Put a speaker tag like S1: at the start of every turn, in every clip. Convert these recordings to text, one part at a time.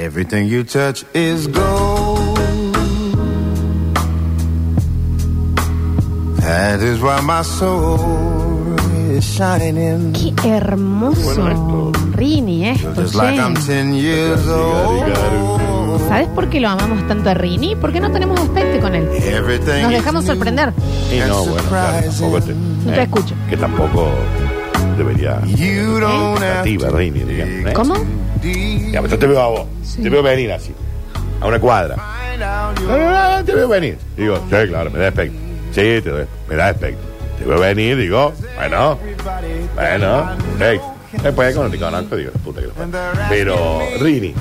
S1: Everything you touch is gold. That is why my soul is shining in.
S2: Qué hermoso
S3: Bueno, esto-
S2: Rini ¿eh? esto,
S1: Just like I'm
S2: che.
S1: 10 years old.
S2: ¿Sabes por qué lo amamos tanto a Rini? Porque no tenemos despecte con él.
S1: Everything
S2: Nos
S1: is
S2: dejamos
S1: new.
S2: sorprender.
S3: Y no, bueno, claro, tampoco te.
S2: No te escucho.
S3: Que tampoco debería.
S1: You don't have
S3: Nativa,
S1: to
S3: Rini, digamos. ¿eh?
S2: ¿Cómo?
S1: dig
S3: Ya, pero yo te veo a vos.
S2: Sí.
S3: Te veo venir así. A una cuadra.
S1: find out
S3: No,
S1: your
S3: no, no, te veo venir. Digo, sí, claro, me da aspecto. Sí, te doy, me da aspecto. Te veo venir, digo, bueno,
S1: everybody.
S3: bueno, hey. Después cuando te conozco, digo, puta que lo parió. Pero, Rini,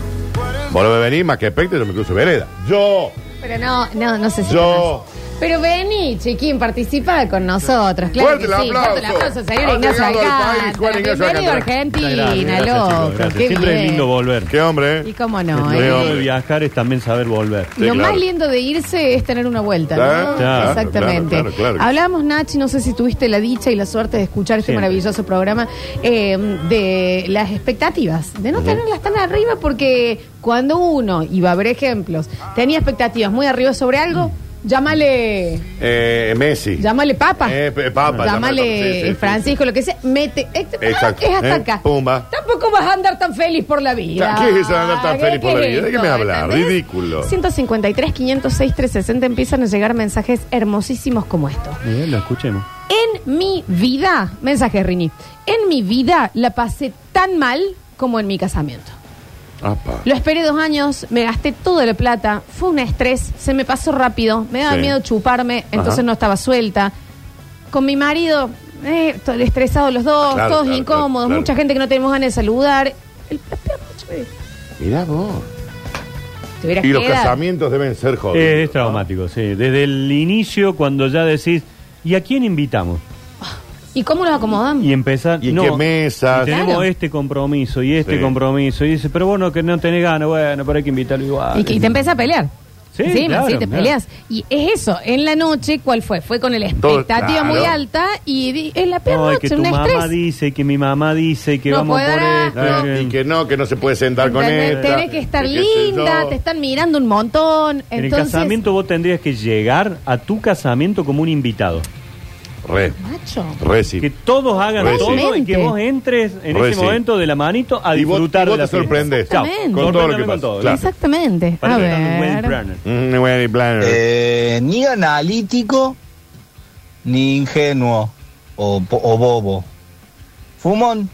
S3: vos lo ves venir más que aspecto, yo me cruzo vereda. Yo,
S2: Pero no, no, no sé si.
S3: Yo.
S2: Pero vení, chiquín, participa con nosotros. Claro
S3: Fuerte
S2: que
S3: el
S2: sí. Fuerte el
S3: aplauso.
S2: aplauso, señor
S3: Ha
S2: Ignacio
S3: llegado al
S2: Alcántara.
S3: país Juan Ignacio
S2: Bienvenido a
S3: Alcántara.
S2: Argentina,
S4: Gracias,
S2: loco.
S4: chicos, gracias.
S2: Qué
S4: Siempre
S2: bien.
S4: es lindo volver.
S3: qué hombre,
S2: Y
S3: ¿eh?
S2: cómo no,
S4: Lo
S3: Qué
S2: ¿eh?
S4: lindo de
S3: hombre.
S4: viajar es también saber volver.
S3: Sí,
S2: lo
S3: Este, claro.
S2: más lindo de irse es tener una vuelta, ¿no?
S3: Claro,
S4: claro,
S2: Exactamente.
S3: claro, claro, claro.
S2: Hablamos, Nachi, no sé si tuviste la dicha y la suerte de escuchar este
S4: Siempre.
S2: maravilloso programa, eh, de las expectativas, de no tenerlas tan arriba, porque cuando uno, y va a haber ejemplos, tenía expectativas muy arriba sobre algo, llámale,
S3: Eh, Messi.
S2: llámale Papa.
S3: Eh, pe- papa.
S2: Llámale
S3: sí, sí, sí.
S2: Francisco, lo que sea, mete. eh,
S3: Exacto,
S2: Es hasta
S3: eh,
S2: acá.
S3: pumba.
S2: Tampoco vas a andar tan feliz por la vida.
S3: ¿Qué es eso de andar tan
S2: ¿Qué-
S3: feliz por
S2: qué
S3: la
S2: es
S3: vida? ¿De qué
S2: esto?
S3: me hablas?
S2: ¿Entendés?
S3: Ridículo.
S2: 153, 506, 360 empiezan a llegar mensajes hermosísimos como esto.
S4: Bien, lo escuchemos.
S2: En mi vida, mensaje Rini, en mi vida la pasé tan mal como en mi casamiento.
S3: Apa.
S2: Lo esperé dos años, me gasté toda la plata, fue un estrés, se me pasó rápido, me daba
S3: Sí.
S2: miedo chuparme, entonces
S3: Ajá.
S2: no estaba suelta. Con mi marido, eh, to- estresados los dos,
S3: Claro,
S2: todos
S3: claro,
S2: incómodos,
S3: claro, claro.
S2: mucha gente que no tenemos ganas de saludar. El, la peor noche de mi vida.
S3: Mirá vos.
S2: Te hubieras
S3: Y los
S2: quedado.
S3: casamientos deben ser jodidos.
S4: Eh, es traumático, sí. Desde el inicio, cuando ya decís, ¿y a quién invitamos?
S2: ¿Y cómo los acomodamos?
S4: Y empezar.
S3: ¿Y en
S4: no,
S3: qué mesas?
S4: y tenemos
S2: Claro.
S4: este compromiso y este
S3: Sí.
S4: compromiso. Y dice, pero vos no, que no tenés ganas, bueno, pero hay que invitarlo igual.
S2: Y, que- y te empiezas a pelear.
S4: Sí,
S2: sí,
S4: claro,
S2: sí, te
S4: claro.
S2: peleas. Y es eso, en la noche, ¿cuál fue? Fue con la
S3: Todo-
S2: expectativa
S3: claro.
S2: muy alta y di- es la peor
S4: No, es
S2: noche,
S4: que tu
S2: un
S4: mamá
S2: estrés.
S4: dice, que mi mamá dice, que
S2: No
S4: vamos
S2: podrás,
S4: por esto.
S3: Eh,
S4: que-
S3: Y que no, que no se puede sentar con
S2: Entendés,
S3: él.
S2: Tenés que estar linda, te están mirando un montón.
S4: En el
S2: Entonces,
S4: casamiento vos tendrías que llegar a tu casamiento como un invitado.
S3: Re,
S2: macho.
S3: re sí.
S4: Que todos hagan
S3: Re, sí.
S4: todo y que vos entres en
S3: Re,
S4: ese
S3: sí.
S4: momento de la manito a
S3: Y vos-
S4: disfrutar
S3: y vos
S4: de la
S3: te sorprendés.
S4: Chao.
S2: Exactamente.
S3: Con todo lo que
S4: Sorprendeme
S3: pasa,
S4: todo.
S3: claro.
S2: Exactamente.
S4: Para
S2: a
S4: que ganen Wayne
S2: ver.
S4: Brenner.
S3: Mm, wedding planner.
S5: Eh, ni analítico, ni ingenuo o, po- o bobo. Fumón,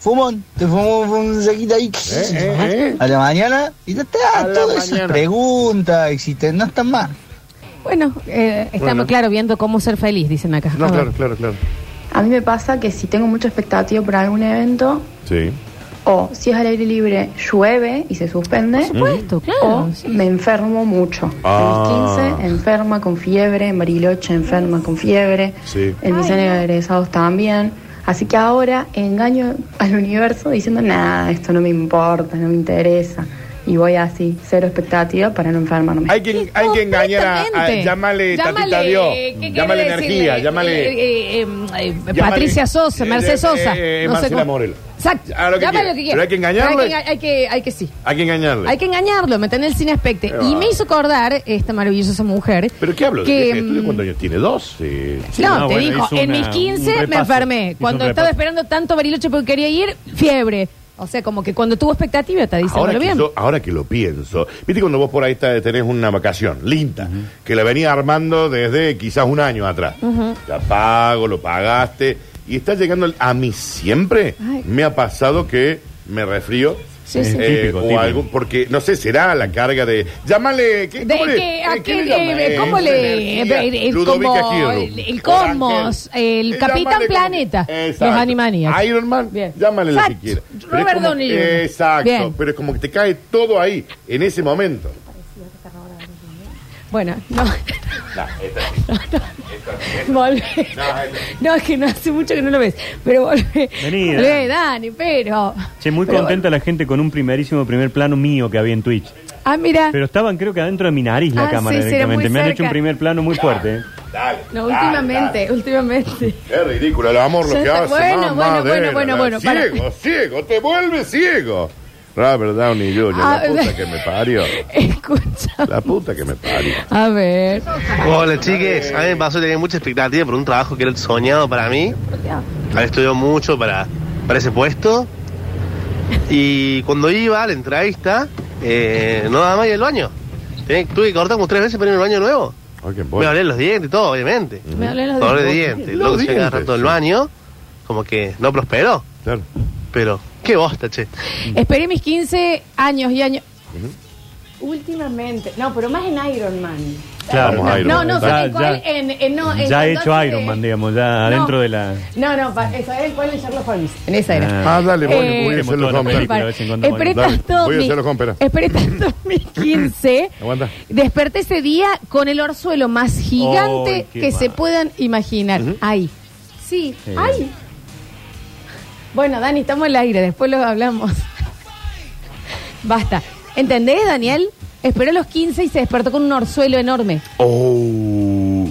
S5: fumón, te fumó un saquito ahí.
S3: Eh, eh, eh.
S5: A la mañana y ya está,
S3: A la
S5: todas esas
S3: mañana.
S5: preguntas existen, no están mal.
S2: Bueno, eh, estamos
S3: Bueno.
S2: claro viendo cómo ser feliz, dicen acá.
S3: No,
S2: A ver.
S3: claro, claro, claro.
S6: A mí me pasa que si tengo mucha expectativa por algún evento,
S3: Sí.
S6: o si es al aire libre, llueve y se suspende,
S2: Supuesto, claro.
S6: o me enfermo mucho.
S3: Ah.
S6: En mis 15, enferma con fiebre, en Bariloche, enferma con fiebre,
S3: Sí.
S6: en mis años de egresados también. Así que ahora engaño al universo diciendo, nada, esto no me importa, no me interesa. Y voy así, cero expectativa para no enfermarme.
S3: Hay que, hay que engañar a, a-
S2: Completamente.
S3: Llámale Tatita
S2: Llámale,
S3: Dios.
S2: ¿qué quiere
S3: Llámale
S2: decirle?
S3: energía.
S2: Eh,
S3: Llámale.
S2: eh, eh, eh, eh,
S3: Llámale-
S2: Patricia Sosa,
S3: eh,
S2: Mercedes
S3: eh,
S2: Sosa.
S3: eh, eh,
S2: sé
S3: Marcela
S2: cómo.
S3: Morelo.
S2: Exacto.
S3: A lo que
S2: Llámale
S3: quiera. Pero hay que engañarle.
S2: Pero Hay que, hay que, hay que sí.
S3: Hay que engañarle.
S2: Hay que engañarlo, me tenés el cine aspecto.
S3: Qué
S2: Y
S3: va.
S2: me hizo acordar esta maravillosa mujer.
S3: ¿Pero qué hablo?
S2: que,
S3: ¿De qué estudio?
S2: mm,
S3: ¿Cuántos años tiene? ¿Dos? Sí.
S2: no,
S4: no,
S2: te
S4: bueno,
S2: dijo,
S4: hizo
S2: en
S4: una-
S2: mis 15
S4: un
S2: me
S4: repaso.
S2: enfermé.
S4: Hizo
S2: Cuando
S4: un
S2: estaba
S4: repaso.
S2: esperando tanto Bariloche porque quería ir, fiebre. O sea, como que cuando tuvo expectativa, está
S3: Ahora
S2: diciéndolo
S3: que,
S2: bien.
S3: yo- ahora que lo pienso, viste cuando vos por ahí está- tenés una vacación linda, que la venía armando desde quizás un año atrás. La pago, lo pagaste, y está llegando el- a mí siempre.
S2: Ay.
S3: Me ha pasado que me resfrío.
S2: Sí, sí.
S3: eh,
S4: Típico,
S3: o
S4: típico.
S3: algo, porque no sé, será la carga de. Llámale. ¿qué,
S2: De
S3: ¿Cómo le,
S2: que,
S3: eh,
S2: a
S3: qué
S2: qué-
S3: le llama?
S2: eh,
S3: Eh,
S2: ¿Cómo le.?
S3: energía,
S2: eh, eh,
S3: Ludovica
S2: como
S3: Hidro,
S2: el, el
S3: Ángel.
S2: Cosmos, el
S3: Eh,
S2: Capitán
S3: llámale como-
S2: Planeta,
S3: Exacto.
S2: los Animaniacs.
S3: Iron Man,
S2: Bien.
S3: llámale lo que
S2: Exacto.
S3: quiera. Pero es
S2: Robert
S3: como-
S2: Downey Jr.
S3: Exacto,
S2: Bien.
S3: pero es como que te cae todo ahí, en ese momento.
S2: Bueno, no.
S3: Nah, esta-
S2: Volvé.
S3: No, es-
S2: No, es que no hace mucho que no lo ves. Pero volvé.
S4: Vení,
S2: Volvé, Dani, pero.
S4: Che, muy
S2: Pero
S4: contenta la gente con un primerísimo primer plano mío que había en Twitch.
S2: bueno. Ah, mira.
S4: Pero estaban creo que adentro de mi nariz la
S2: Ah,
S4: cámara
S2: sí, sí, era muy
S4: directamente. Me han
S2: cerca.
S4: hecho un primer plano muy fuerte. ¿eh?
S3: dale,
S2: No,
S3: dale,
S2: últimamente,
S3: dale.
S2: últimamente.
S3: Es ridículo el amor lo
S2: Ya
S3: que
S2: está.
S3: hace.
S2: Bueno,
S3: mamá
S2: bueno, bueno,
S3: de-
S2: bueno, bueno, para.
S3: Ciego, ciego, te vuelve ciego. Robert Downey Jr.,
S2: Ah,
S3: la puta que me parió.
S2: Escucha.
S3: La puta que me parió.
S2: A ver.
S7: Hola chiques, a mí me pasó que tenía mucha expectativa por un trabajo que era el soñado para mí. Había estudiado mucho para, para ese puesto. Y cuando iba a la entrevista, eh, no daba más ir al baño. Tenía- tuve que cortar como tres veces para ir al baño nuevo.
S3: Ay, qué
S7: Me
S3: bueno.
S7: hablé los dientes y todo, obviamente.
S2: Me hablé los
S7: Dolor de
S2: dientes.
S7: dientes.
S3: Los
S7: Luego se
S3: dientes,
S7: agarra todo el
S3: sí.
S7: baño, como que no prosperó.
S3: Claro.
S7: Pero, qué bosta, che.
S2: Esperé mis 15 años y años. Últimamente. No, pero más en Iron Man.
S4: Claro.
S3: Vamos, Iron
S2: no,
S3: Man.
S2: no, ¿saben cuál? En, en- no, en
S4: ya he
S2: cuando
S4: hecho
S2: hace-
S4: Iron Man, digamos, ya
S2: No.
S4: adentro de la...
S2: No, no, pa- ¿saben cuál? En Sherlock Holmes. En esa era.
S3: Ah, dale, voy,
S2: Eh,
S3: voy a hacer los
S4: toda la
S3: hombres.
S4: película.
S2: Para-
S4: a ver si encontramos
S2: Esperé
S3: algo. Dale,
S2: tanto.
S3: voy a
S2: mi-
S3: hacerlo con pera.
S2: Esperé tanto 2015.
S3: Aguanta.
S2: Desperté ese día con el orzuelo más gigante
S4: Ay, qué
S2: que se
S4: mal.
S2: puedan imaginar. Ahí. Sí,
S4: Sí.
S2: ahí. Bueno, Dani, estamos al aire, después lo hablamos. Basta. ¿Entendés, Daniel? Esperó los 15 y se despertó con un orzuelo enorme.
S3: Oh,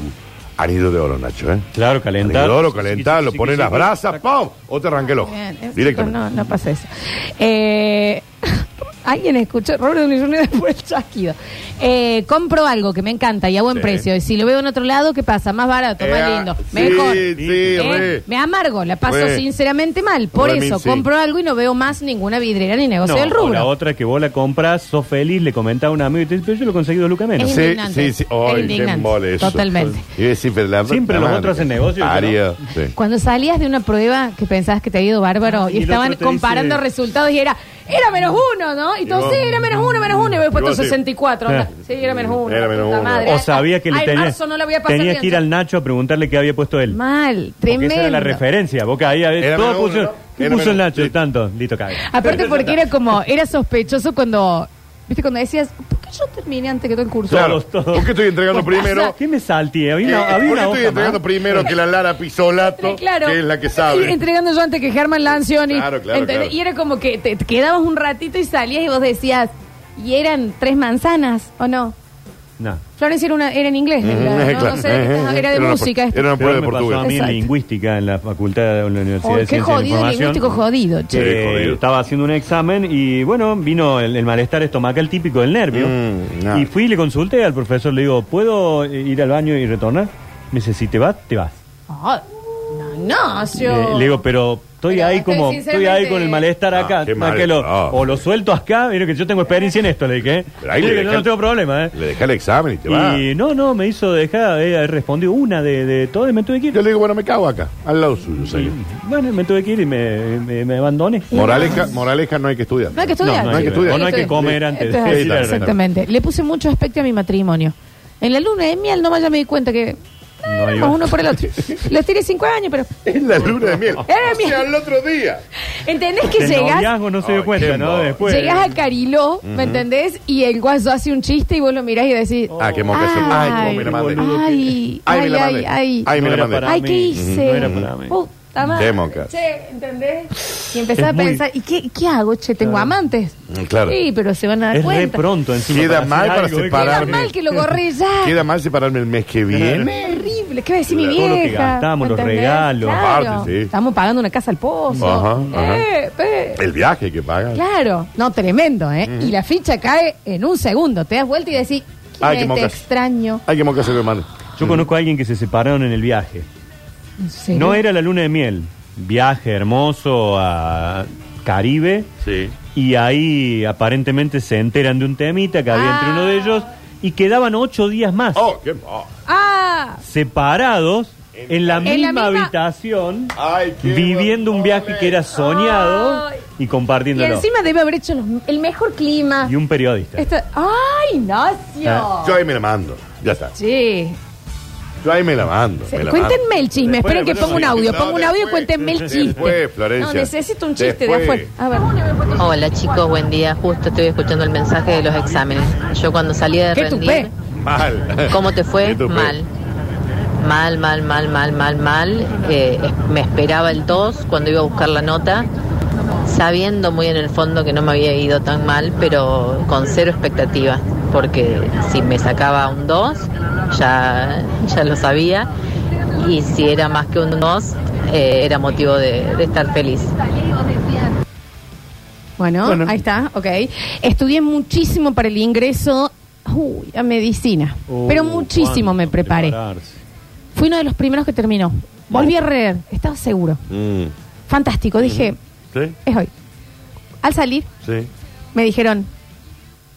S3: anillo de oro, Nacho, ¿eh?
S4: Claro, calentar.
S3: Anillo de oro, calentar, lo pone en las brasas, ¡pum! O te arranqué el ojo.
S2: Bien, eh,
S3: Directamente.
S2: No, no pasa eso. Eh, Alguien escuchó Robert Downey Jr. después del chasquido. Eh, compro algo que me encanta y a buen
S3: Sí.
S2: precio. Y si lo veo en otro lado, ¿qué pasa? Más barato, más
S3: Eh,
S2: lindo,
S3: sí,
S2: mejor.
S3: Sí,
S2: Eh,
S3: re.
S2: Me amargo, la paso
S3: Re.
S2: sinceramente mal. Por
S3: Re,
S2: eso
S3: sí.
S2: compro algo y no veo más ninguna vidriera ni negocio
S4: No,
S2: del
S4: o La
S2: rubro.
S4: otra es que vos la compras, sos feliz, le comentás a un amigo y te dice, pero yo lo conseguí dos lucas menos.
S2: Es
S3: Sí,
S2: indignante.
S3: sí, sí. Ay,
S2: Es indignante.
S3: qué embole eso.
S2: Totalmente.
S3: Y decir, pero la-
S4: Siempre
S3: la
S4: los
S3: madre
S4: otros hacen
S3: que
S4: negocios,
S3: parió. Sí.
S2: Cuando salías de una prueba que pensabas que te había ido bárbaro
S4: Ah,
S2: y,
S4: y el
S2: estaban
S4: otro te
S2: comparando
S4: dice-
S2: resultados y era, era menos uno, ¿no? Y
S3: Y
S2: todos,
S3: vos-
S2: sí, era menos uno, menos uno. Y vos
S3: Y vos
S2: puesto
S3: sí.
S4: Eh.
S2: 64. onda, Sí, era menos uno.
S3: Era menos
S2: puta
S3: uno.
S2: madre.
S4: O sabía que le
S2: Ay,
S4: tenías,
S2: marzo no la voy a pasar
S4: tenías
S2: bien.
S4: que ir al Nacho a preguntarle qué había puesto él.
S2: Mal,
S4: Porque
S2: tremendo.
S4: esa era la referencia. Vos caías,
S3: Era
S4: todo
S3: menos uno,
S4: puso,
S3: ¿no?
S4: ¿qué
S3: Era
S4: puso el
S3: menos-
S4: Nacho?
S3: sí.
S4: Tanto, listo, cae.
S2: Aparte porque era como, era sospechoso cuando, viste, cuando decías, ¿por qué yo terminé antes que todo el curso?
S3: Claro.
S4: Todos, todos.
S3: ¿Por qué estoy entregando
S2: Pues pasa-
S3: primero?
S4: ¿Qué me salté?
S3: ¿Qué-
S4: Había una,
S3: ¿Por
S4: había
S3: qué estoy
S4: una hoja más.
S3: entregando primero que la Lara Pisolato?
S2: Eh, Claro.
S3: Que es la que
S2: Y
S3: sabe.
S2: entregando yo antes que Germán Lancioni.
S3: Claro, claro,
S2: ¿entendés?
S3: claro.
S2: Y era como que te, te quedabas un ratito y salías y vos decías, ¿y eran tres manzanas o no?
S4: No.
S2: Florencia era, una, era en inglés,
S3: Ujú,
S2: ¿verdad?
S3: eh,
S2: no,
S3: claro.
S2: no sé, de qué
S3: Eh,
S2: estás-
S3: eh,
S2: era de
S3: una-
S2: música. Oh, esto.
S3: Era una
S4: Pero
S3: prueba de
S4: me pasó a
S3: portugués.
S4: mí en
S2: Exacto.
S4: lingüística en la facultad de la Universidad
S2: Oh,
S4: de
S2: qué
S4: Ciencias de
S2: jodido,
S4: Información.
S2: lingüístico jodido,
S4: Sí,
S2: che.
S3: Eh, jodido.
S4: estaba haciendo un examen y bueno, vino el, el malestar estomacal típico del nervio.
S3: Mm, no.
S4: Y fui y le consulté al profesor, le digo, ¿puedo eh, ir al baño y retornar? Me dice, si te vas, te vas.
S2: Ah, no,
S4: Eh,
S2: Nacio.
S4: le digo, pero estoy
S2: Pero
S4: ahí
S2: estoy
S4: como,
S2: sinceramente-
S4: estoy ahí con el malestar
S3: Ah,
S4: acá.
S3: qué
S4: más
S3: mal-
S4: que lo-
S3: ah.
S4: o lo suelto acá, mira que yo tengo experiencia en esto, le dije. ¿eh?
S3: Pero ahí
S4: Mire
S3: le
S4: que yo
S3: dejá-
S4: no tengo problema, ¿eh?
S3: Le dejé el examen y te va.
S4: Y no, no, me hizo dejar, eh, respondió una de, de todo y me tuve que ir.
S3: Yo le digo, bueno, me cago acá, al lado suyo, señor.
S4: Bueno, me tuve que ir y me, me, me abandoné.
S3: Moraleja, moraleja no hay que estudiar.
S2: No hay que estudiar.
S4: No, no hay que
S3: estudiar.
S4: O no hay que comer antes
S2: Esto
S4: de
S2: es-
S4: ir al restaurante.
S2: Exactamente. Le puse mucho aspecto a mi matrimonio. En la luna de miel nomás ya me di cuenta que...
S4: No
S2: eh,
S4: iba.
S2: uno por el otro. Los tiré cinco años, pero...
S3: Es la luna de miel.
S2: Era
S3: O sea,
S2: miel.
S3: el otro día.
S2: ¿Entendés que
S4: El
S2: llegás,
S4: noviazgo no se
S3: Ay,
S4: dio cuenta,
S3: qué
S4: ¿no?
S3: modo.
S4: Después.
S2: llegás a Cariló, ¿me entendés? Y el guaso hace un chiste y vos lo mirás y decís...
S3: Ah, qué moca.
S2: Ay.
S3: Ay, cómo me la mandé.
S2: Ay,
S3: Ay,
S2: ay,
S3: me la
S2: ay,
S3: mandé.
S2: ay.
S3: Ay, me
S4: No
S3: la
S4: era
S3: mandé.
S4: para
S2: Ay,
S4: mí.
S2: ¿qué hice?
S4: No era para mí.
S2: Puta madre.
S3: Demócrata.
S2: Che, ¿entendés? Y empezás
S4: Es
S2: a
S4: muy-
S2: pensar, ¿y qué, qué hago? Che, tengo amantes.
S3: Mm, claro.
S2: Sí, pero se van a dar
S4: Es re
S2: cuenta.
S4: pronto encima.
S3: Queda
S4: hacer
S3: mal para
S4: algo, ¿eh?
S2: Queda
S3: separarme.
S2: mal que lo corrí ya.
S3: Queda mal separarme el mes que viene.
S2: terrible. ¿Qué va a decir mi
S3: Claro,
S2: vieja?
S4: todo lo que gastamos, los
S2: ¿Entendés?
S4: regalos.
S2: Claro.
S3: Aparte, sí.
S2: Estamos pagando una casa al pozo.
S3: Ajá, ajá.
S2: Eh, eh.
S3: El viaje que pagan.
S2: Claro. No, tremendo, ¿eh? Y la ficha cae en un segundo. Te das vuelta y decís, ¿quién
S3: Ay, qué
S2: es este
S3: mocas.
S2: extraño?
S3: Hay que moca se mal.
S4: Yo conozco a alguien que se separaron en el viaje.
S2: ¿En serio?
S4: No era la luna de miel. Viaje hermoso a Caribe.
S3: Sí.
S4: Y ahí aparentemente se enteran de un temita que había entre
S2: Ah.
S4: uno de ellos. Y quedaban ocho días más.
S3: Oh, qué moca.
S2: ¡Ah!
S4: Separados en la,
S2: En la
S4: misma
S2: misma-
S4: habitación.
S3: Ay, qué
S4: viviendo un viaje que era soñado.
S2: Ay.
S4: Y
S2: Y
S4: compartiéndolo.
S2: encima debe haber hecho los- el mejor clima.
S4: Y un periodista.
S2: Esto- ¡Ay, Nacio!
S3: Yo ahí me la mando. Ya está.
S2: Sí.
S3: Yo ahí me la mando. me la mando.
S2: Cuéntenme el chisme.
S3: ah, Después,
S2: Esperen que
S3: después,
S2: ponga un
S3: no,
S2: audio.
S3: no,
S2: Pongo un
S3: después.
S2: audio y cuéntenme el chiste.
S3: Después, Florencia.
S2: No, necesito un chiste
S3: Después.
S2: de afuera. A ver.
S8: Hola chicos, buen día. Justo estoy escuchando el mensaje de los exámenes. Yo cuando salí de
S2: ¿Qué
S8: rendir,
S3: Mal.
S8: ¿cómo te
S3: Eh, Qué
S8: fue?
S3: tupé.
S8: Mal. Mal, mal, mal, mal, mal, mal. Eh, es- me esperaba el tos cuando iba a buscar la nota, sabiendo muy en el fondo que no me había ido tan mal, pero con cero expectativa, porque si me sacaba un 2, ya, ya lo sabía, y si era más eh, que un 2, era motivo de, de estar feliz.
S2: Bueno,
S4: Bueno.
S2: ahí está, ok. Estudié muchísimo para el ingreso uy, a medicina,
S3: Uh,
S4: Oh,
S2: pero muchísimo
S4: cuánto
S2: me preparé.
S4: prepararse.
S2: Fui uno de los primeros que terminó. Volví a reer, estaba seguro.
S3: Mm.
S2: Fantástico, dije,
S3: ¿Sí?
S2: es hoy. Al salir,
S3: Sí.
S2: me dijeron,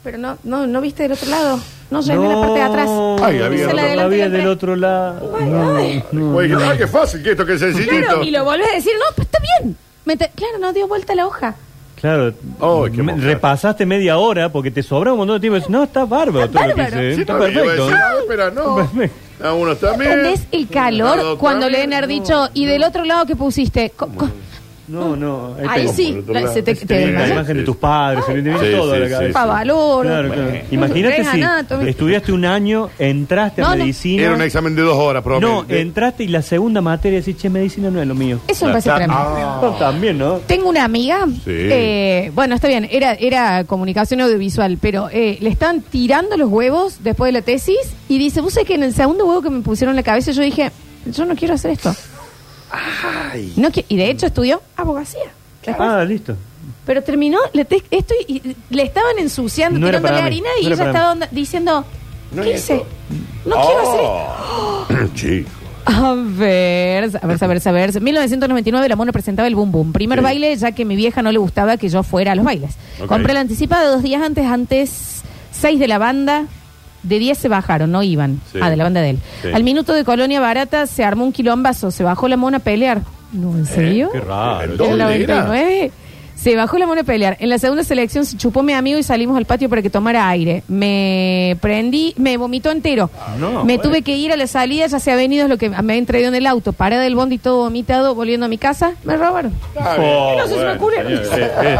S2: pero no, no, ¿no viste del otro lado? No llegué a la parte de atrás.
S3: Ay, había
S2: Se la
S3: otro-
S2: adelanté,
S4: la
S2: la
S4: había del
S2: entré.
S4: otro lado.
S2: Ay, ay.
S3: Oye, ay, qué fácil que esto, que sencillito.
S2: Claro, y lo volvés a decir, no, pues está bien. Me te- claro, no dio vuelta la hoja.
S4: Claro.
S3: Ay, qué
S4: me-
S3: mosca.
S4: repasaste media hora porque te sobra un montón de tiempo. Dices, No, está bárbaro.
S2: Está
S4: todo lo que
S2: bárbaro.
S4: hice. ¿eh?
S3: Sí,
S4: está
S3: no, yo iba a
S4: perfecto.
S3: decir, ah, espera, no. A uno está bien.
S2: ¿Entendés el
S3: Al
S2: calor
S3: otro
S2: cuando le
S3: también.
S2: deben haber dicho, y del otro lado que pusiste? Co- co-
S4: No, no.
S2: Ahí
S4: te-
S2: sí, ¿eh?
S3: Por otro lado.
S2: se te,
S4: Te
S2: te-
S4: viene la
S3: Sí,
S4: imagen
S3: sí.
S4: de tus padres, se viene
S3: Sí,
S4: todo a
S3: sí,
S4: la cabeza.
S3: sí, sí.
S2: Pavaloro.
S4: Claro, claro.
S3: Bueno.
S4: Imagínate
S2: Ves
S4: si
S2: anatomy.
S4: estudiaste un año, entraste
S2: No,
S4: a
S2: no.
S4: medicina.
S3: Era un examen de dos horas, profe.
S4: No,
S3: De-
S4: entraste y la segunda materia decís, che, medicina no es lo mío.
S2: Eso me parece
S3: Ah,
S2: tremendo.
S4: No, también, ¿no?
S2: Tengo una amiga, eh, bueno, está bien, era, era comunicación audiovisual, pero eh, le están tirando los huevos después de la tesis y dice, vos sabés que en el segundo huevo que me pusieron en la cabeza yo dije, yo no quiero hacer esto. No qui- y de hecho estudió abogacía. Después.
S4: Ah, listo.
S2: Pero terminó la tes- esto y, y le estaban ensuciando,
S4: No era
S2: tirándole
S4: para mí,
S2: harina y
S4: no era
S2: ella
S4: para
S2: estaba onda- diciendo,
S3: No
S2: ¿qué
S3: es
S2: hice?
S3: eso.
S2: No quiero hacer esto.
S3: Oh. Chico.
S2: A ver, a ver, a ver, a ver. 1999 la mono presentaba el Boom Boom. Primer
S3: Sí.
S2: baile, ya que mi vieja no le gustaba que yo fuera a los bailes.
S3: Ok.
S2: Compré la anticipada dos días antes, antes seis de la banda. De 10 se bajaron, no iban.
S3: Sí.
S2: Ah, de la banda de él.
S3: Sí.
S2: Al minuto de Colonia Barata se armó un quilombazo, se bajó la mona a pelear. No,
S3: Eh,
S2: ¿en serio?
S4: Qué raro.
S3: El
S2: En el
S3: ¿Dónde era?
S2: 99 se bajó la mona a pelear. En la segunda selección se chupó mi amigo y salimos al patio para que tomara aire. Me prendí, me vomitó entero.
S4: no,
S2: me
S4: bueno.
S2: tuve que ir a la salida, ya se ha venido, es lo que me han traído en el auto. Parada del bondi todo vomitado, volviendo a mi casa, me robaron.
S4: Oh,
S2: no se me
S4: bueno,
S2: ocurre.
S4: señor, eh, eh.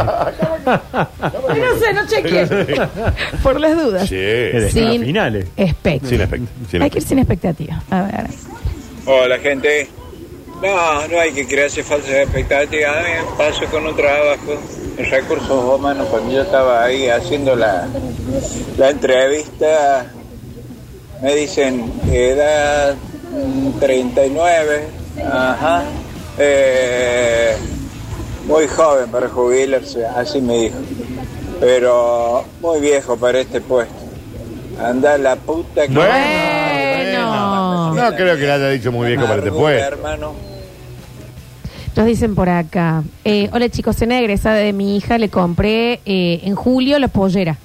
S2: No sé, no chequeé. Por las dudas.
S3: Sí.
S4: Sin finales.
S2: expect.
S3: Sin expect- sin
S2: Hay que ir sin expectativa. A ver.
S9: Hola gente. No, no hay que crearse falsas expectativas. A mí me pasó con un trabajo en recursos humanos cuando yo estaba ahí haciendo la, la entrevista. Me dicen edad mm, 39. Ajá. Eh, muy joven para jubilarse, así me dijo. Pero muy viejo para este puesto. Anda la puta que...
S3: Bueno.
S2: Bueno.
S3: No creo que le haya dicho muy bien que para este
S9: Amargura,
S3: puesto.
S9: hermano.
S2: Nos dicen por acá, eh, hola chicos, cena egresada de mi hija, le compré eh, en julio la pollera.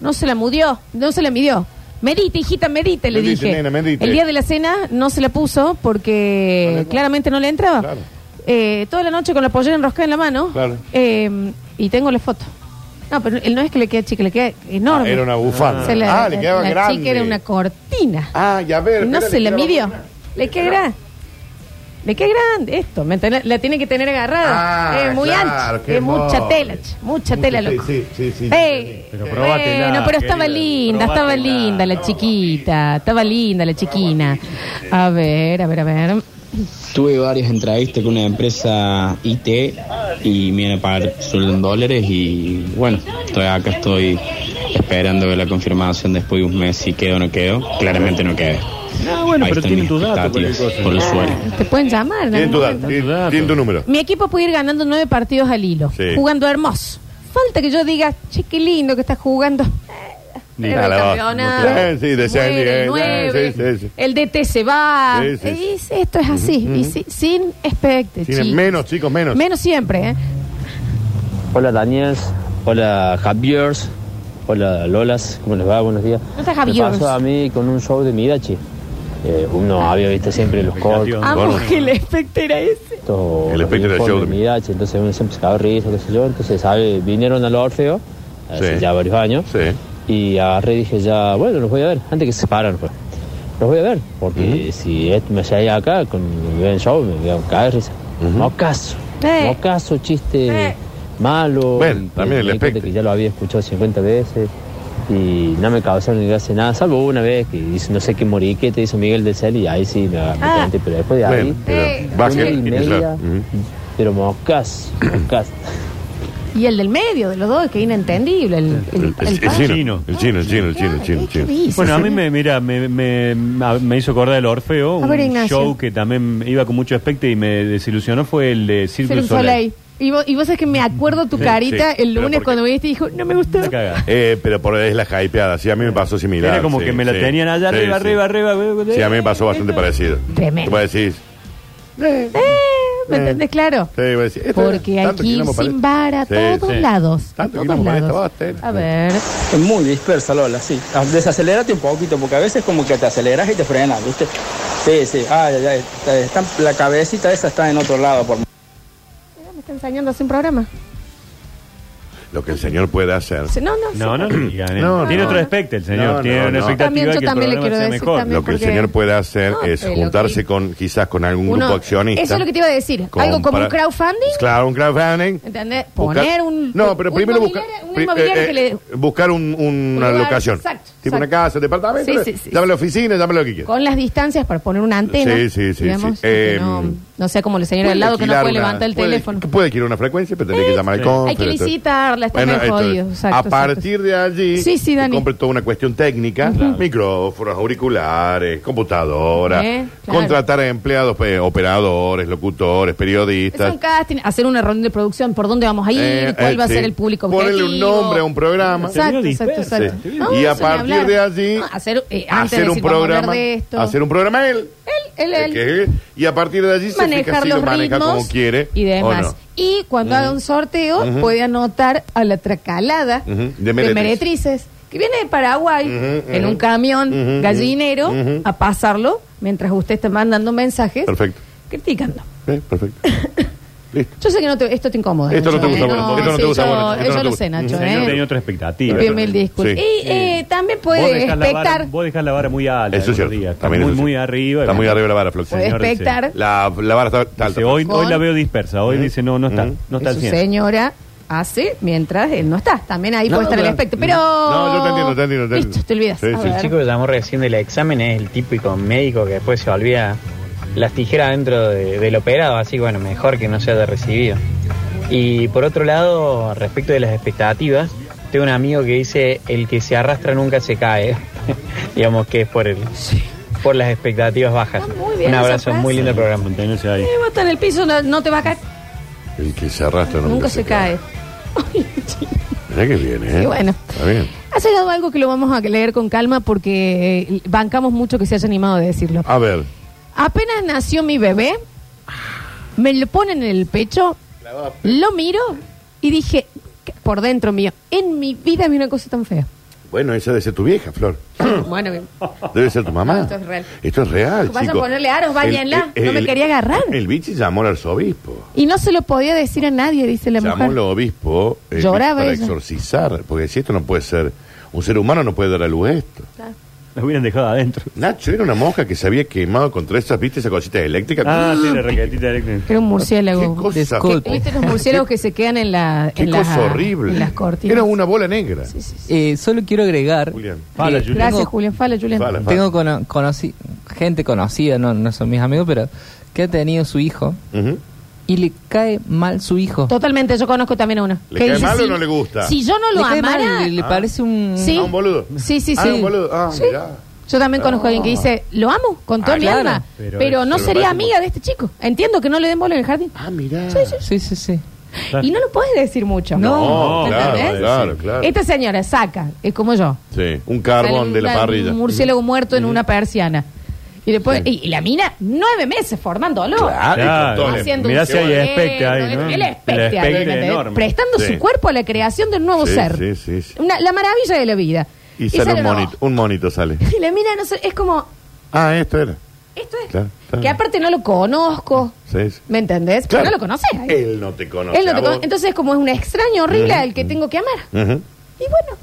S2: No se la mudió, no se la midió. Medite, hijita, medite, le
S3: Medite,
S2: dije.
S3: nena, medite.
S2: El día de la cena no se la puso porque claramente no le entraba.
S3: Claro.
S2: Eh, toda la noche con la pollera enroscada en la mano.
S3: Claro.
S2: Eh, y tengo la foto. No, pero él no es que le quede chica, le queda enorme.
S3: Ah, era una bufanda.
S2: Se la-
S3: Ah, le quedaba
S2: la
S3: grande.
S2: chica era una cortina.
S3: Ah, ya ver.
S2: No
S3: espera,
S2: se la
S3: le quedaba
S2: midió.
S3: buena.
S2: Le queda grande. Le queda grande esto. ¿me entendés? La tiene que tener agarrada.
S3: Ah,
S2: es muy
S3: claro,
S2: ancha.
S3: qué
S2: Es mucha
S3: pobre.
S2: tela, che, mucha tela,
S3: Sí,
S2: loco.
S3: sí, sí, sí,
S2: Eh,
S4: Pero próbatela,
S2: bueno, pero estaba
S4: querida,
S2: linda, estaba
S4: próbatela.
S2: linda la chiquita, estaba linda la chiquina. A ver, a ver, a ver.
S10: Tuve varias entrevistas con una empresa IT y me iban a pagar sueldo en dólares y bueno, estoy acá estoy esperando la confirmación después de un mes si quedo o no quedo. Claramente no quedo.
S4: Ah, bueno, pero tienen tus datos. cualquier cosa.
S10: por el suelo.
S2: Te pueden llamar. en
S3: Tiene
S2: algún
S3: tu,
S2: momento.
S3: dato, tiene- tiene tu número.
S2: Mi equipo puede ir ganando nueve partidos al hilo,
S3: Sí.
S2: jugando hermoso. Falta que yo diga, che, qué lindo que estás jugando.
S3: Ni
S2: Pero
S3: a
S2: el
S3: la voz.
S2: campeonato,
S3: Eh, sí, de seis,
S2: muere el
S3: eh,
S2: nueve,
S3: sí, sí, sí.
S2: el DT se va.
S3: Sí, sí, sí.
S2: Eh, es- Esto es así, y si- sin expecte,
S3: Tiene
S2: chicos.
S3: menos, chicos, menos.
S2: Menos siempre, ¿eh?
S10: Hola Daniels, hola Javiers, hola Lolas, ¿cómo les va? Buenos días.
S2: No está Javiers.
S10: Me pasó a mí con un show de Midachi. Eh, uno había visto siempre los cortos,
S4: Expectativa.
S2: Amo
S3: Bueno.
S2: que el expecte era ese.
S10: los
S3: El espectro del
S10: uniformes
S3: show de
S10: Midachi, entonces uno siempre se cagaba de risa, qué sé yo, entonces ¿sabe? vinieron al Orfeo hace
S3: Sí.
S10: ya varios años
S3: Sí.
S10: y agarré y dije ya, bueno, los voy a ver, antes que se paran pues. Los voy a ver, porque si esto me llega acá con el show me voy a caer de risa. No caso,
S2: Eh.
S10: no caso, chiste
S2: Eh.
S10: malo.
S3: Bueno, también el
S10: Me di cuenta
S3: espectro.
S10: que ya lo había escuchado 50 veces y no me causaron ni gracia nada, salvo una vez que hice no sé qué moriquete hizo Miguel del Cel y ahí sí me agarré
S2: Ah.
S10: gente, pero después de ahí,
S3: Bueno,
S2: Eh,
S3: pero va a
S10: una
S3: ser- Mm,
S10: y media,
S3: claro. Ujú.
S10: pero moscas, moscas.
S2: Y el del medio, de los dos, que inentendible. El, el-
S3: El, el-
S2: el
S3: el
S2: padre.
S3: chino, el chino, el chino, el chino, el chino, el chino.
S2: Sí, sí,
S4: Bueno, a
S2: sí.
S4: mí me, mira, me, me, me hizo acordar el Orfeo,
S2: A ver,
S4: un
S2: Ignacio.
S4: show que también iba con mucho aspecto y me desilusionó fue el de
S2: Cirque
S4: Cirque du
S2: du
S4: Soleil.
S2: Soleil. Y y vos, y vos sabés que me acuerdo tu
S3: Sí,
S2: carita
S3: sí,
S2: el
S3: pero
S2: lunes
S3: porque-
S2: cuando viniste y dijo, no me gustó.
S4: La cagada.
S3: Eh, pero por ahí es la hypeada, sí, a mí me pasó similar.
S4: Era como
S3: sí,
S4: que me la
S3: sí.
S4: tenían allá
S3: Sí,
S4: arriba,
S3: sí.
S4: arriba, arriba, arriba.
S3: Sí, a mí me pasó bastante parecido.
S2: Eh, Tremendo.
S3: Tú vas a decir,
S2: Eh, ¿Me
S3: Eh.
S2: entendés? Claro.
S3: sí, vas a decir, esto
S2: Porque
S3: era
S2: hay
S3: tanto
S2: que ir
S3: quilombo para
S2: sin
S3: esto.
S2: vara a
S3: Sí,
S2: todos
S3: sí.
S2: lados. A
S3: Tanto
S2: todos
S3: quilombo para esto,
S2: lados.
S3: basta, eh.
S2: A ver.
S5: Es muy dispersa, Lola, sí. Ah, Desacelerate un poquito, porque a veces como que te aceleras y te frenas, ¿viste? Sí, sí. Ah, ya, ya. Está- está- la cabecita esa está en otro lado. Por...
S2: Mira, Eh, Me está enseñando a hacer un programa.
S3: Lo que el señor puede hacer.
S2: No, no. sí.
S4: No, no, no, digan, eh.
S3: No,
S4: Tiene
S3: no.
S4: otro aspecto el señor.
S3: No,
S4: Tiene
S3: no,
S4: una
S3: no.
S4: expectativa
S2: También, yo
S4: que el
S2: también le
S4: programa
S2: quiero
S4: sea
S2: decir
S4: mejor.
S2: también.
S3: Lo que el
S2: porque-
S3: señor puede hacer
S2: No,
S3: es
S2: pero
S3: juntarse
S2: que-
S3: con quizás con algún
S2: Uno-
S3: grupo accionista.
S2: Eso es lo que te iba a decir. Algo como un crowdfunding.
S3: Claro, un crowdfunding.
S2: ¿Entendés?
S3: Buscar-
S2: Poner un.
S3: No, pero
S2: un
S3: primero eh, buscar.
S2: inmobiliaria- Una inmobiliaria que le.
S3: Buscar un- un- una
S2: lugar,
S3: locación.
S2: exacto,
S3: Tipo una
S2: exacto.
S3: casa, departamento.
S2: Sí, sí, sí,
S3: llámalo oficina, llámalo lo que quieras.
S2: Con las distancias para poner una antena.
S3: Sí, sí, sí,
S2: digamos,
S3: sí.
S2: que
S3: Eh,
S2: no, no sea como el señor
S3: Puede
S2: al lado que no
S3: alquilar
S2: puede
S3: una-
S2: levantar el
S3: puede-
S2: teléfono.
S3: que Puede adquirir una frecuencia, pero tiene que llamar al
S4: Sí.
S3: confe,
S2: Hay que
S3: entonces.
S2: visitarla, está medio
S3: esto es.
S2: jodido, exacto,
S3: a
S2: exacto.
S3: partir de allí,
S2: Sí, sí,
S3: se
S2: Dani.
S3: compre toda una cuestión técnica, micrófonos, auriculares, computadora,
S2: Eh, claro.
S3: contratar a empleados, pues, operadores,
S2: Es
S3: locutores,
S2: un
S3: periodistas.
S2: casting, hacer una reunión de producción, por dónde vamos a ir,
S3: Eh,
S2: cuál
S3: eh,
S2: va a
S3: sí.
S2: ser el público
S3: Ponerle un
S2: objetivo.
S3: nombre a un programa.
S2: Exacto,
S4: Se vio
S2: exacto,
S4: disperso.
S2: exacto.
S3: Sí.
S2: No,
S3: y a
S2: eso ni
S3: partir
S2: hablar.
S3: de allí,
S2: No, hacer, eh, antes de
S3: hacer un
S2: decir, vamos a hablar
S3: programa,
S2: de esto.
S3: hacer un programa él.
S2: Él, él, él.
S3: Que- y a partir de allí se fija
S2: manejar
S3: si
S2: los
S3: lo maneja
S2: ritmos
S3: como quiere
S2: y demás.
S3: o no.
S2: Y cuando haga un sorteo,
S3: Ujú.
S2: puede anotar a la tracalada
S3: Ujú, de
S2: de,
S3: meretrices.
S2: meretrices, que viene de Paraguay
S3: Ujú,
S2: en
S3: ujú.
S2: un camión
S3: Ujú,
S2: gallinero
S3: ujú.
S2: a pasarlo mientras usted está mandando mensajes
S3: Perfecto.
S2: criticando.
S3: Eh, perfecto. Listo.
S2: Yo sé que no te- esto te incomoda.
S3: Esto no
S2: Nacho,
S3: te gusta,
S2: ¿eh?
S3: bueno, esto no te
S2: sí,
S3: gusta,
S2: yo-
S3: bueno, esto
S2: yo
S3: no te
S2: lo
S3: gusta.
S2: sé,
S4: El
S2: Nacho.
S4: señor
S2: ¿eh?
S4: tenía otra expectativa.
S2: Bien, mil disculpas.
S3: Sí.
S2: Y eh, también
S4: Vos
S2: puede
S4: dejás la vara-
S2: expectar,
S4: Vos dejás la vara muy alta.
S3: Eso es cierto.
S4: algunos días. Está
S3: También
S4: muy,
S3: eso es
S4: muy
S3: cierto.
S4: arriba.
S3: Está muy arriba la vara, Flox.
S2: puede
S4: señor, sí.
S2: expectar
S3: La, la vara está, está
S4: Dice,
S3: alta.
S4: hoy,
S2: Con-
S4: hoy la veo dispersa. Hoy dice, no, no está. No está
S2: que
S4: al
S2: su
S4: 100.
S2: señora hace mientras él no está. También ahí
S3: No,
S2: puede estar el
S3: claro.
S2: aspecto. Pero.
S3: No, yo te entiendo, te entiendo, te entiendo.
S2: Listo, te olvidas.
S3: Sí,
S2: A
S3: sí,
S2: ver.
S10: chico que llamó recién del examen es el típico médico que después se olvida las tijeras dentro de- del operado, así que bueno, mejor que no se haya recibido. Y por otro lado, respecto de las expectativas, tengo un amigo que dice, el que se arrastra nunca se cae, digamos que es por, el, por las expectativas bajas.
S2: Está muy bien
S10: un
S2: esa
S10: abrazo, muy
S2: frase.
S10: lindo el programa.
S4: Mantenerse ahí.
S2: Eh, vos estás en el piso, no, no te va a caer.
S3: El que se arrastra
S2: Nunca, se cae.
S3: Mirá que bien, ¿eh?
S2: Y bueno.
S3: Está bien.
S2: Ha llegado algo que lo vamos a leer con calma porque eh, bancamos mucho que se haya animado a decirlo.
S3: A ver.
S2: Apenas nació mi bebé, me lo ponen en el pecho, lo miro y dije, que- por dentro mío, en mi vida vi una cosa tan fea.
S3: Bueno, esa debe ser tu vieja, Flor.
S2: bueno, bien.
S3: Debe ser tu mamá.
S2: No, esto es real.
S3: Esto es real,
S2: Vayan a
S3: chico.
S2: ponerle aros,
S3: El-
S2: báñenla.
S3: el-
S2: No me
S3: el-
S2: quería agarrar.
S3: El bichi llamó al arzobispo.
S2: y no se lo podía decir a nadie, dice la
S3: llamó
S2: mujer.
S3: al obispo eh,
S2: Lloraba
S3: para
S2: ella.
S3: exorcizar. Porque si esto no puede ser. Un ser humano no puede dar a luz esto.
S4: La hubieran dejado adentro.
S3: Nacho era una mosca que se había quemado contra esas, ¿viste? Esas cositas eléctricas.
S4: Ah, sí, la raquetita eléctrica.
S2: Era un
S3: Qué
S2: murciélago.
S3: cosa.
S2: Que- ¿Viste los murciélagos que se quedan en, la,
S3: Qué
S2: en, las-
S3: cosa horrible.
S2: en las cortinas?
S3: Era una bola negra.
S2: Sí, sí, sí.
S11: Eh, solo quiero agregar.
S3: Julián.
S4: Fala, Julián.
S2: Gracias, Julián. Fala, Julián.
S3: Fala.
S11: Tengo cono- conocí- gente conocida, no, no son mis amigos, pero que ha tenido su hijo
S3: Ujú.
S11: y le cae mal su hijo.
S2: Totalmente, yo conozco también a una.
S3: ¿Le
S2: que
S3: cae
S2: dice,
S3: mal o
S2: si-
S3: no le gusta?
S2: Si yo no
S11: le
S2: lo
S11: cae mal,
S2: amara...
S11: le, le parece un.
S2: Sí.
S3: Ah, un boludo.
S2: Sí, sí,
S3: Ah,
S2: sí.
S3: un boludo. Ah,
S2: Sí.
S3: mirá. Ah.
S2: Yo también conozco a alguien que dice, lo amo con toda
S11: Ah,
S2: mi
S11: claro.
S2: alma, pero,
S4: Pero
S2: no
S3: eso me
S2: sería
S3: parece
S2: amiga de este chico. Entiendo que no le den bola en el jardín.
S3: Ah, mirá.
S11: Sí, sí, sí.
S4: Claro.
S2: Y no lo puedes decir mucho.
S3: No, claro,
S2: ¿Entendés?
S3: claro, claro.
S2: Esta señora saca, es como yo,
S3: Sí,
S2: sale
S3: un carbón
S2: un-
S3: de la
S2: un
S3: parrilla.
S2: murciélago muerto en una persiana. Y después, y, y la mina, nueve meses formándolo.
S3: Ah,
S4: Claro.
S3: Entonces,
S2: Haciendo
S4: Mirá
S2: un
S4: si hay
S2: suero,
S4: especta ahí, ¿no?
S2: El especta,
S4: El especta
S2: ahí, ¿entendés?
S4: enorme.
S2: Prestando
S3: Sí.
S2: su cuerpo a la creación de un nuevo
S3: Sí,
S2: ser.
S3: sí, sí, sí.
S2: Una- la maravilla de la vida.
S3: Y sale un
S2: no.
S3: monito, un monito sale.
S2: Y la mina, no sé, es como,
S3: Ah, esto era.
S2: esto es,
S3: Claro, claro.
S2: que aparte no lo conozco.
S3: Sí, sí.
S2: ¿Me entendés? Pero
S3: Claro.
S2: no lo conoces.
S3: Él no te conoce.
S2: Él no
S3: a
S2: te
S3: vos.
S2: conoce. Entonces, como es un extraño horrible al que tengo que amar.
S3: Ujú.
S2: Y bueno,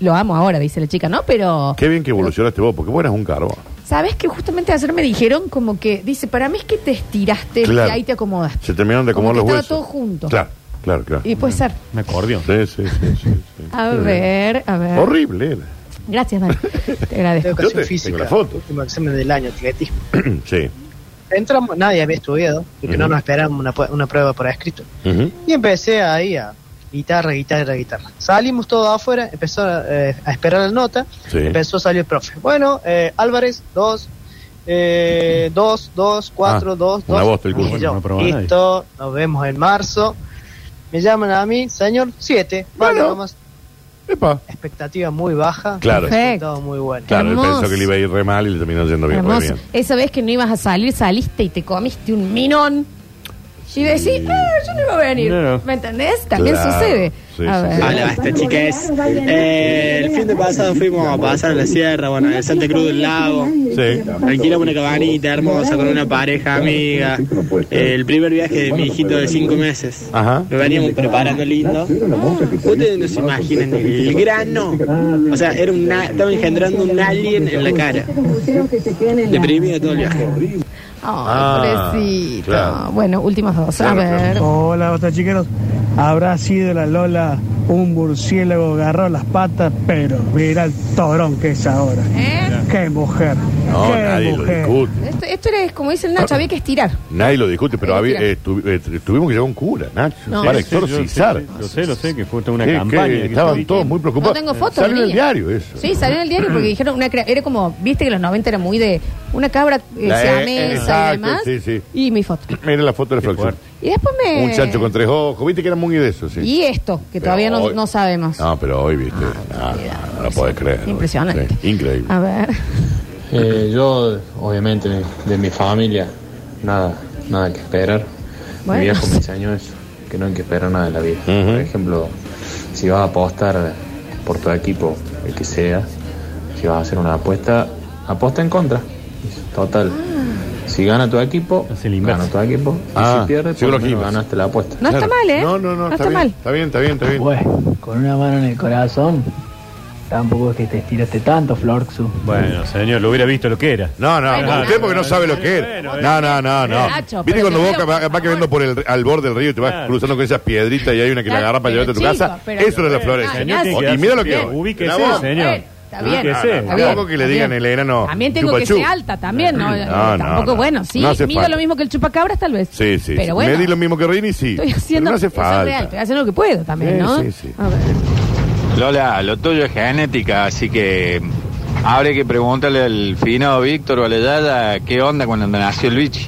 S2: lo amo ahora, dice la chica, ¿no? Pero,
S3: Qué bien que evolucionaste vos, porque vos eras un carbón.
S2: ¿sabes que Justamente ayer me dijeron como que, dice, para mí es que te estiraste
S3: Claro.
S2: y ahí te acomodaste.
S3: Se terminaron de
S2: Como
S3: acomodar
S2: que
S3: los
S2: estaba
S3: huesos.
S2: todo junto.
S3: Claro, claro, claro.
S2: Y puede ser.
S4: Un acordeón.
S3: Sí, sí, sí, sí, sí.
S2: A ver, a ver.
S3: Horrible era.
S2: Gracias, Dani. Te agradezco.
S3: Yo te, tengo la foto.
S10: Último examen del año, atletismo.
S3: Sí.
S10: Entramos, nadie había estudiado, porque
S3: no nos
S10: esperábamos una, prueba por escrito.
S3: Ujú.
S10: Y empecé ahí a guitarra, guitarra, guitarra. Salimos todos afuera, empezó eh, a esperar la nota,
S3: Sí.
S10: empezó a salir el profe. Bueno, eh, Álvarez, dos,
S7: Eh, 2, 2, 4, 2,
S3: un
S7: 2.
S3: agosto Ah, el curso.
S7: Y yo,
S3: No probó nadie.
S7: listo, nos vemos en marzo. Me llaman a mí, señor, 7. Vale, vamos. Expectativa muy baja.
S3: Claro.
S7: Resultado muy bueno.
S3: Claro, él
S2: Hermoso.
S3: pensó que le iba a ir re mal y le terminó yendo bien. re
S2: Hermoso.
S3: bien.
S2: Esa vez que no ibas a salir, saliste y te comiste un minón. Y decís, "Ah, yo no iba a venir.
S4: Claro.
S2: ¿Me entendés? También
S4: Claro.
S2: sucede.
S4: Sí,
S2: a
S4: sí,
S2: ver.
S4: sí. Hola, basta, chicas. Eh, el fin de pasado fuimos a pasar a la sierra, bueno, en Santa Cruz del Lago. Alquilamos una cabanita hermosa con una pareja amiga. El primer viaje de mi hijito de cinco meses. Lo veníamos preparando lindo. Ustedes no se imaginan el grano. O sea, era una, estaba engendrando un alien en la cara. Deprimido todo el viaje.
S2: Ay,
S3: Ah,
S2: pobrecito. Bueno, últimas dos. a ver.
S12: Hola, basta chiqueros. Habrá sido la Lola un murciélago agarró las patas, pero mira el torón que es ahora. ¡Qué mujer!
S3: No,
S12: ¡Qué
S3: nadie lo
S12: mujer!
S3: discute.
S2: Esto, esto era, como dice el
S3: Ah.
S2: Nacho, había que estirar.
S3: Nadie lo discute, pero había-
S2: Mentira.
S3: eh, tu- eh, tu- tuvimos que llevar un cura, Nacho,
S2: No.
S3: para
S2: Sí, sí, yo-
S3: exorcizar.
S13: sí, sí, lo sé, lo sé, que fue toda una
S3: Sí, que
S13: campaña que se
S3: estaban
S13: hizo.
S3: todos muy
S2: No
S3: preocupados.
S2: tengo fotos.
S3: Salió en el
S2: niña.
S3: diario eso.
S2: Sí, salió en el diario porque dijeron una cra- era como, viste que los 90 era muy de una cabra eh,
S3: La- E,
S2: siamesa y
S3: exacto,
S2: demás.
S3: sí, sí.
S2: Y mi foto.
S3: Mira la foto de la fracción.
S2: Y después me.
S3: Un chancho con tres ojos. Viste que era muy de eso, sí.
S2: Eh. Y esto, que
S3: Pero
S2: todavía no,
S3: hoy-
S2: no sabemos.
S3: No, pero hoy, viste, no, no, no lo podés creer.
S2: Impresionante. Ah.
S3: Sí, increíble.
S2: A ver.
S14: Eh, yo, obviamente, de, de mi familia, nada, nada que esperar.
S2: Bueno.
S14: Mi viejo me enseñó eso, que no hay que esperar nada de la vida. Por ejemplo, si vas a apostar por tu equipo, el que sea, si vas a hacer una apuesta, aposta en contra. Total. Si gana tu equipo, gana tu equipo. Y
S3: Ah,
S14: si pierde,
S3: seguro
S14: por lo menos
S3: que ibas.
S14: ganaste la apuesta.
S2: No está mal, ¿eh?
S3: No, no, no,
S2: está,
S3: está bien.
S2: mal.
S3: Está bien, está bien, está bien.
S15: Bueno, con una mano en el corazón, tampoco es que te estiraste tanto, Florxu.
S13: Bueno, señor, lo hubiera visto lo que era.
S3: No, no, no, usted porque no sabe lo que es. No, no, no, no.
S2: Nacho,
S3: Viste
S2: pero
S3: cuando
S2: te
S3: vos
S2: digo,
S3: vas vas que viendo por el, al borde del río y te vas cruzando con esas piedritas y hay una que la
S2: Claro,
S3: agarra para
S2: pero
S3: llevarte a tu
S2: chico,
S3: casa.
S2: pero-
S3: Eso era la flores.
S2: Señor, tiene que
S3: y
S2: darse
S3: mira lo que
S2: bien.
S3: es.
S13: Ubíquese,
S3: Mira vos.
S13: señor.
S2: Está bien.
S3: Ubíquese.
S2: está
S3: Tampoco
S2: bien,
S3: que le
S2: está
S3: digan
S2: bien.
S3: el enano
S2: También tengo que
S3: chupachú.
S2: ser alta, también. No, Eh,
S3: No, no,
S2: tampoco
S3: no.
S2: bueno. Sí,
S3: No hace
S2: mido
S3: falta.
S2: lo mismo que el chupacabras, tal vez.
S3: Sí, sí.
S2: Pero
S3: sí.
S2: bueno.
S3: Me di lo mismo que Rini, sí.
S2: Estoy haciendo.
S3: Pero no hace
S2: eso es real,
S3: falta.
S2: estoy haciendo lo que puedo también,
S3: Sí,
S2: ¿no?
S3: sí, sí.
S2: A ver.
S16: Lola, lo tuyo es genética, así que abre que pregúntale al finado Víctor o a la Yaya qué onda cuando nació el bichi.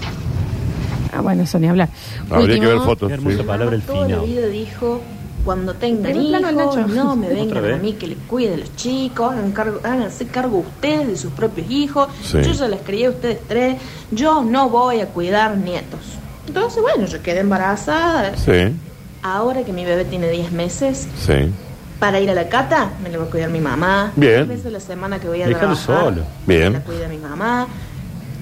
S2: Ah, bueno, eso ni hablar.
S3: Habría que ver
S2: Último.
S3: fotos. sí.
S13: palabra el
S8: Toda la vida dijo, cuando tengan
S2: Pregúntalo al
S8: hijos,
S2: Nacho.
S8: no me
S2: ¿Otra
S8: vengan
S2: vez?
S8: a mí que les cuide de los chicos, hagan cargo- háganse cargo ustedes de sus propios hijos.
S17: Sí.
S8: Yo ya les crié a ustedes tres, yo no voy a cuidar nietos. Entonces, bueno, yo quedé embarazada.
S3: Sí,
S8: Ahora que mi bebé tiene 10 meses,
S3: sí.
S8: para ir a la cata, me lo va a cuidar mi mamá.
S3: Bien.
S8: ah, Tres veces a la semana que voy a
S3: Déjalo
S8: trabajar,
S3: solo.
S8: me
S3: Bien.
S8: La cuida mi mamá.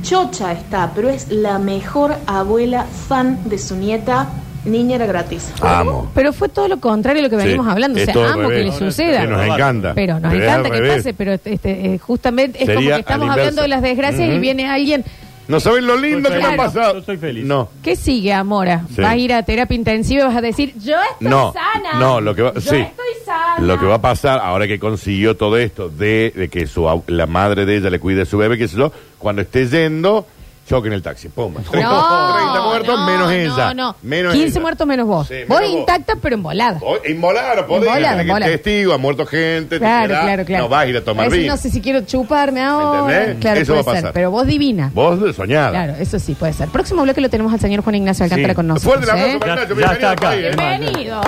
S8: Chocha está, pero es la mejor abuela fan de su nieta. Niña era gratis.
S3: Amo.
S2: Pero fue todo lo contrario a lo que
S3: Sí,
S2: venimos hablando. O
S3: es
S2: sea,
S3: todo al
S2: amo que le
S3: revés.
S2: suceda.
S3: Que nos encanta.
S2: Pero nos
S3: Pero es
S2: encanta
S3: al
S2: que
S3: revés.
S2: pase, pero este, eh, justamente es como
S3: Sería
S2: que estamos
S3: a la
S2: hablando
S3: inversa.
S2: de las desgracias y
S3: Ujú.
S2: viene alguien.
S3: No saben lo lindo
S2: Soy
S3: que me ha
S2: feliz.
S3: pasado. Yo soy feliz. No.
S2: ¿Qué sigue, Amora?
S3: Sí.
S2: ¿Vas a ir a terapia intensiva y vas a decir, yo estoy
S3: No,
S2: sana?
S3: no, lo que va-
S2: Yo
S3: sí.
S2: estoy sana.
S3: Lo que va a pasar ahora que consiguió todo esto de, de que su, au- la madre de ella le cuide a su bebé, que sé yo, cuando esté yendo, choque en el taxi. Pum. Tre-
S2: No,
S3: 30 muertos,
S2: no,
S3: menos
S2: no,
S3: ella.
S2: no.
S3: Menos
S2: 15
S3: ella.
S2: muertos menos vos.
S3: menos
S2: vos
S3: vos.
S2: intacta, pero embolada.
S3: O- Inmolar, no podés,
S2: Inmolar,
S3: tenés que
S2: inmolar.
S3: testigo, ha muerto gente, te
S2: Claro,
S3: quedás,
S2: claro, claro.
S3: no vas a ir a tomar
S2: Decís,
S3: vino.
S2: No sé si quiero chuparme ahora.
S3: ¿Entendés?
S2: Claro,
S3: Eso
S2: puede
S3: va a
S2: ser,
S3: pasar.
S2: Pero vos divina.
S3: Vos de soñada.
S2: Claro, eso sí puede ser. Próximo bloque lo tenemos al señor Juan Ignacio
S13: Sí.
S2: Alcántara con
S13: Fuerte
S2: nosotros.
S13: el aplauso
S2: ¿eh?
S13: para Ya- Ignacio, ya bienvenido está acá. al país, ¿eh?
S2: Bienvenido.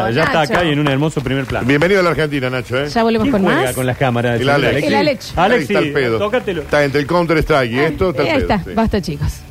S13: Ya, ya está
S2: Nacho.
S13: acá y en un hermoso primer plano.
S3: Bienvenido a la Argentina, Nacho, ¿eh?
S2: Ya volvemos
S13: ¿Quién
S2: con
S13: juega
S2: más.
S13: con las cámaras?
S3: El Alex.
S2: El Alex.
S3: Ahí está el pedo. Está entre el Counter Strike y esto, está el
S2: Ahí
S3: pedo.
S2: está,
S3: sí.
S2: basta chicos.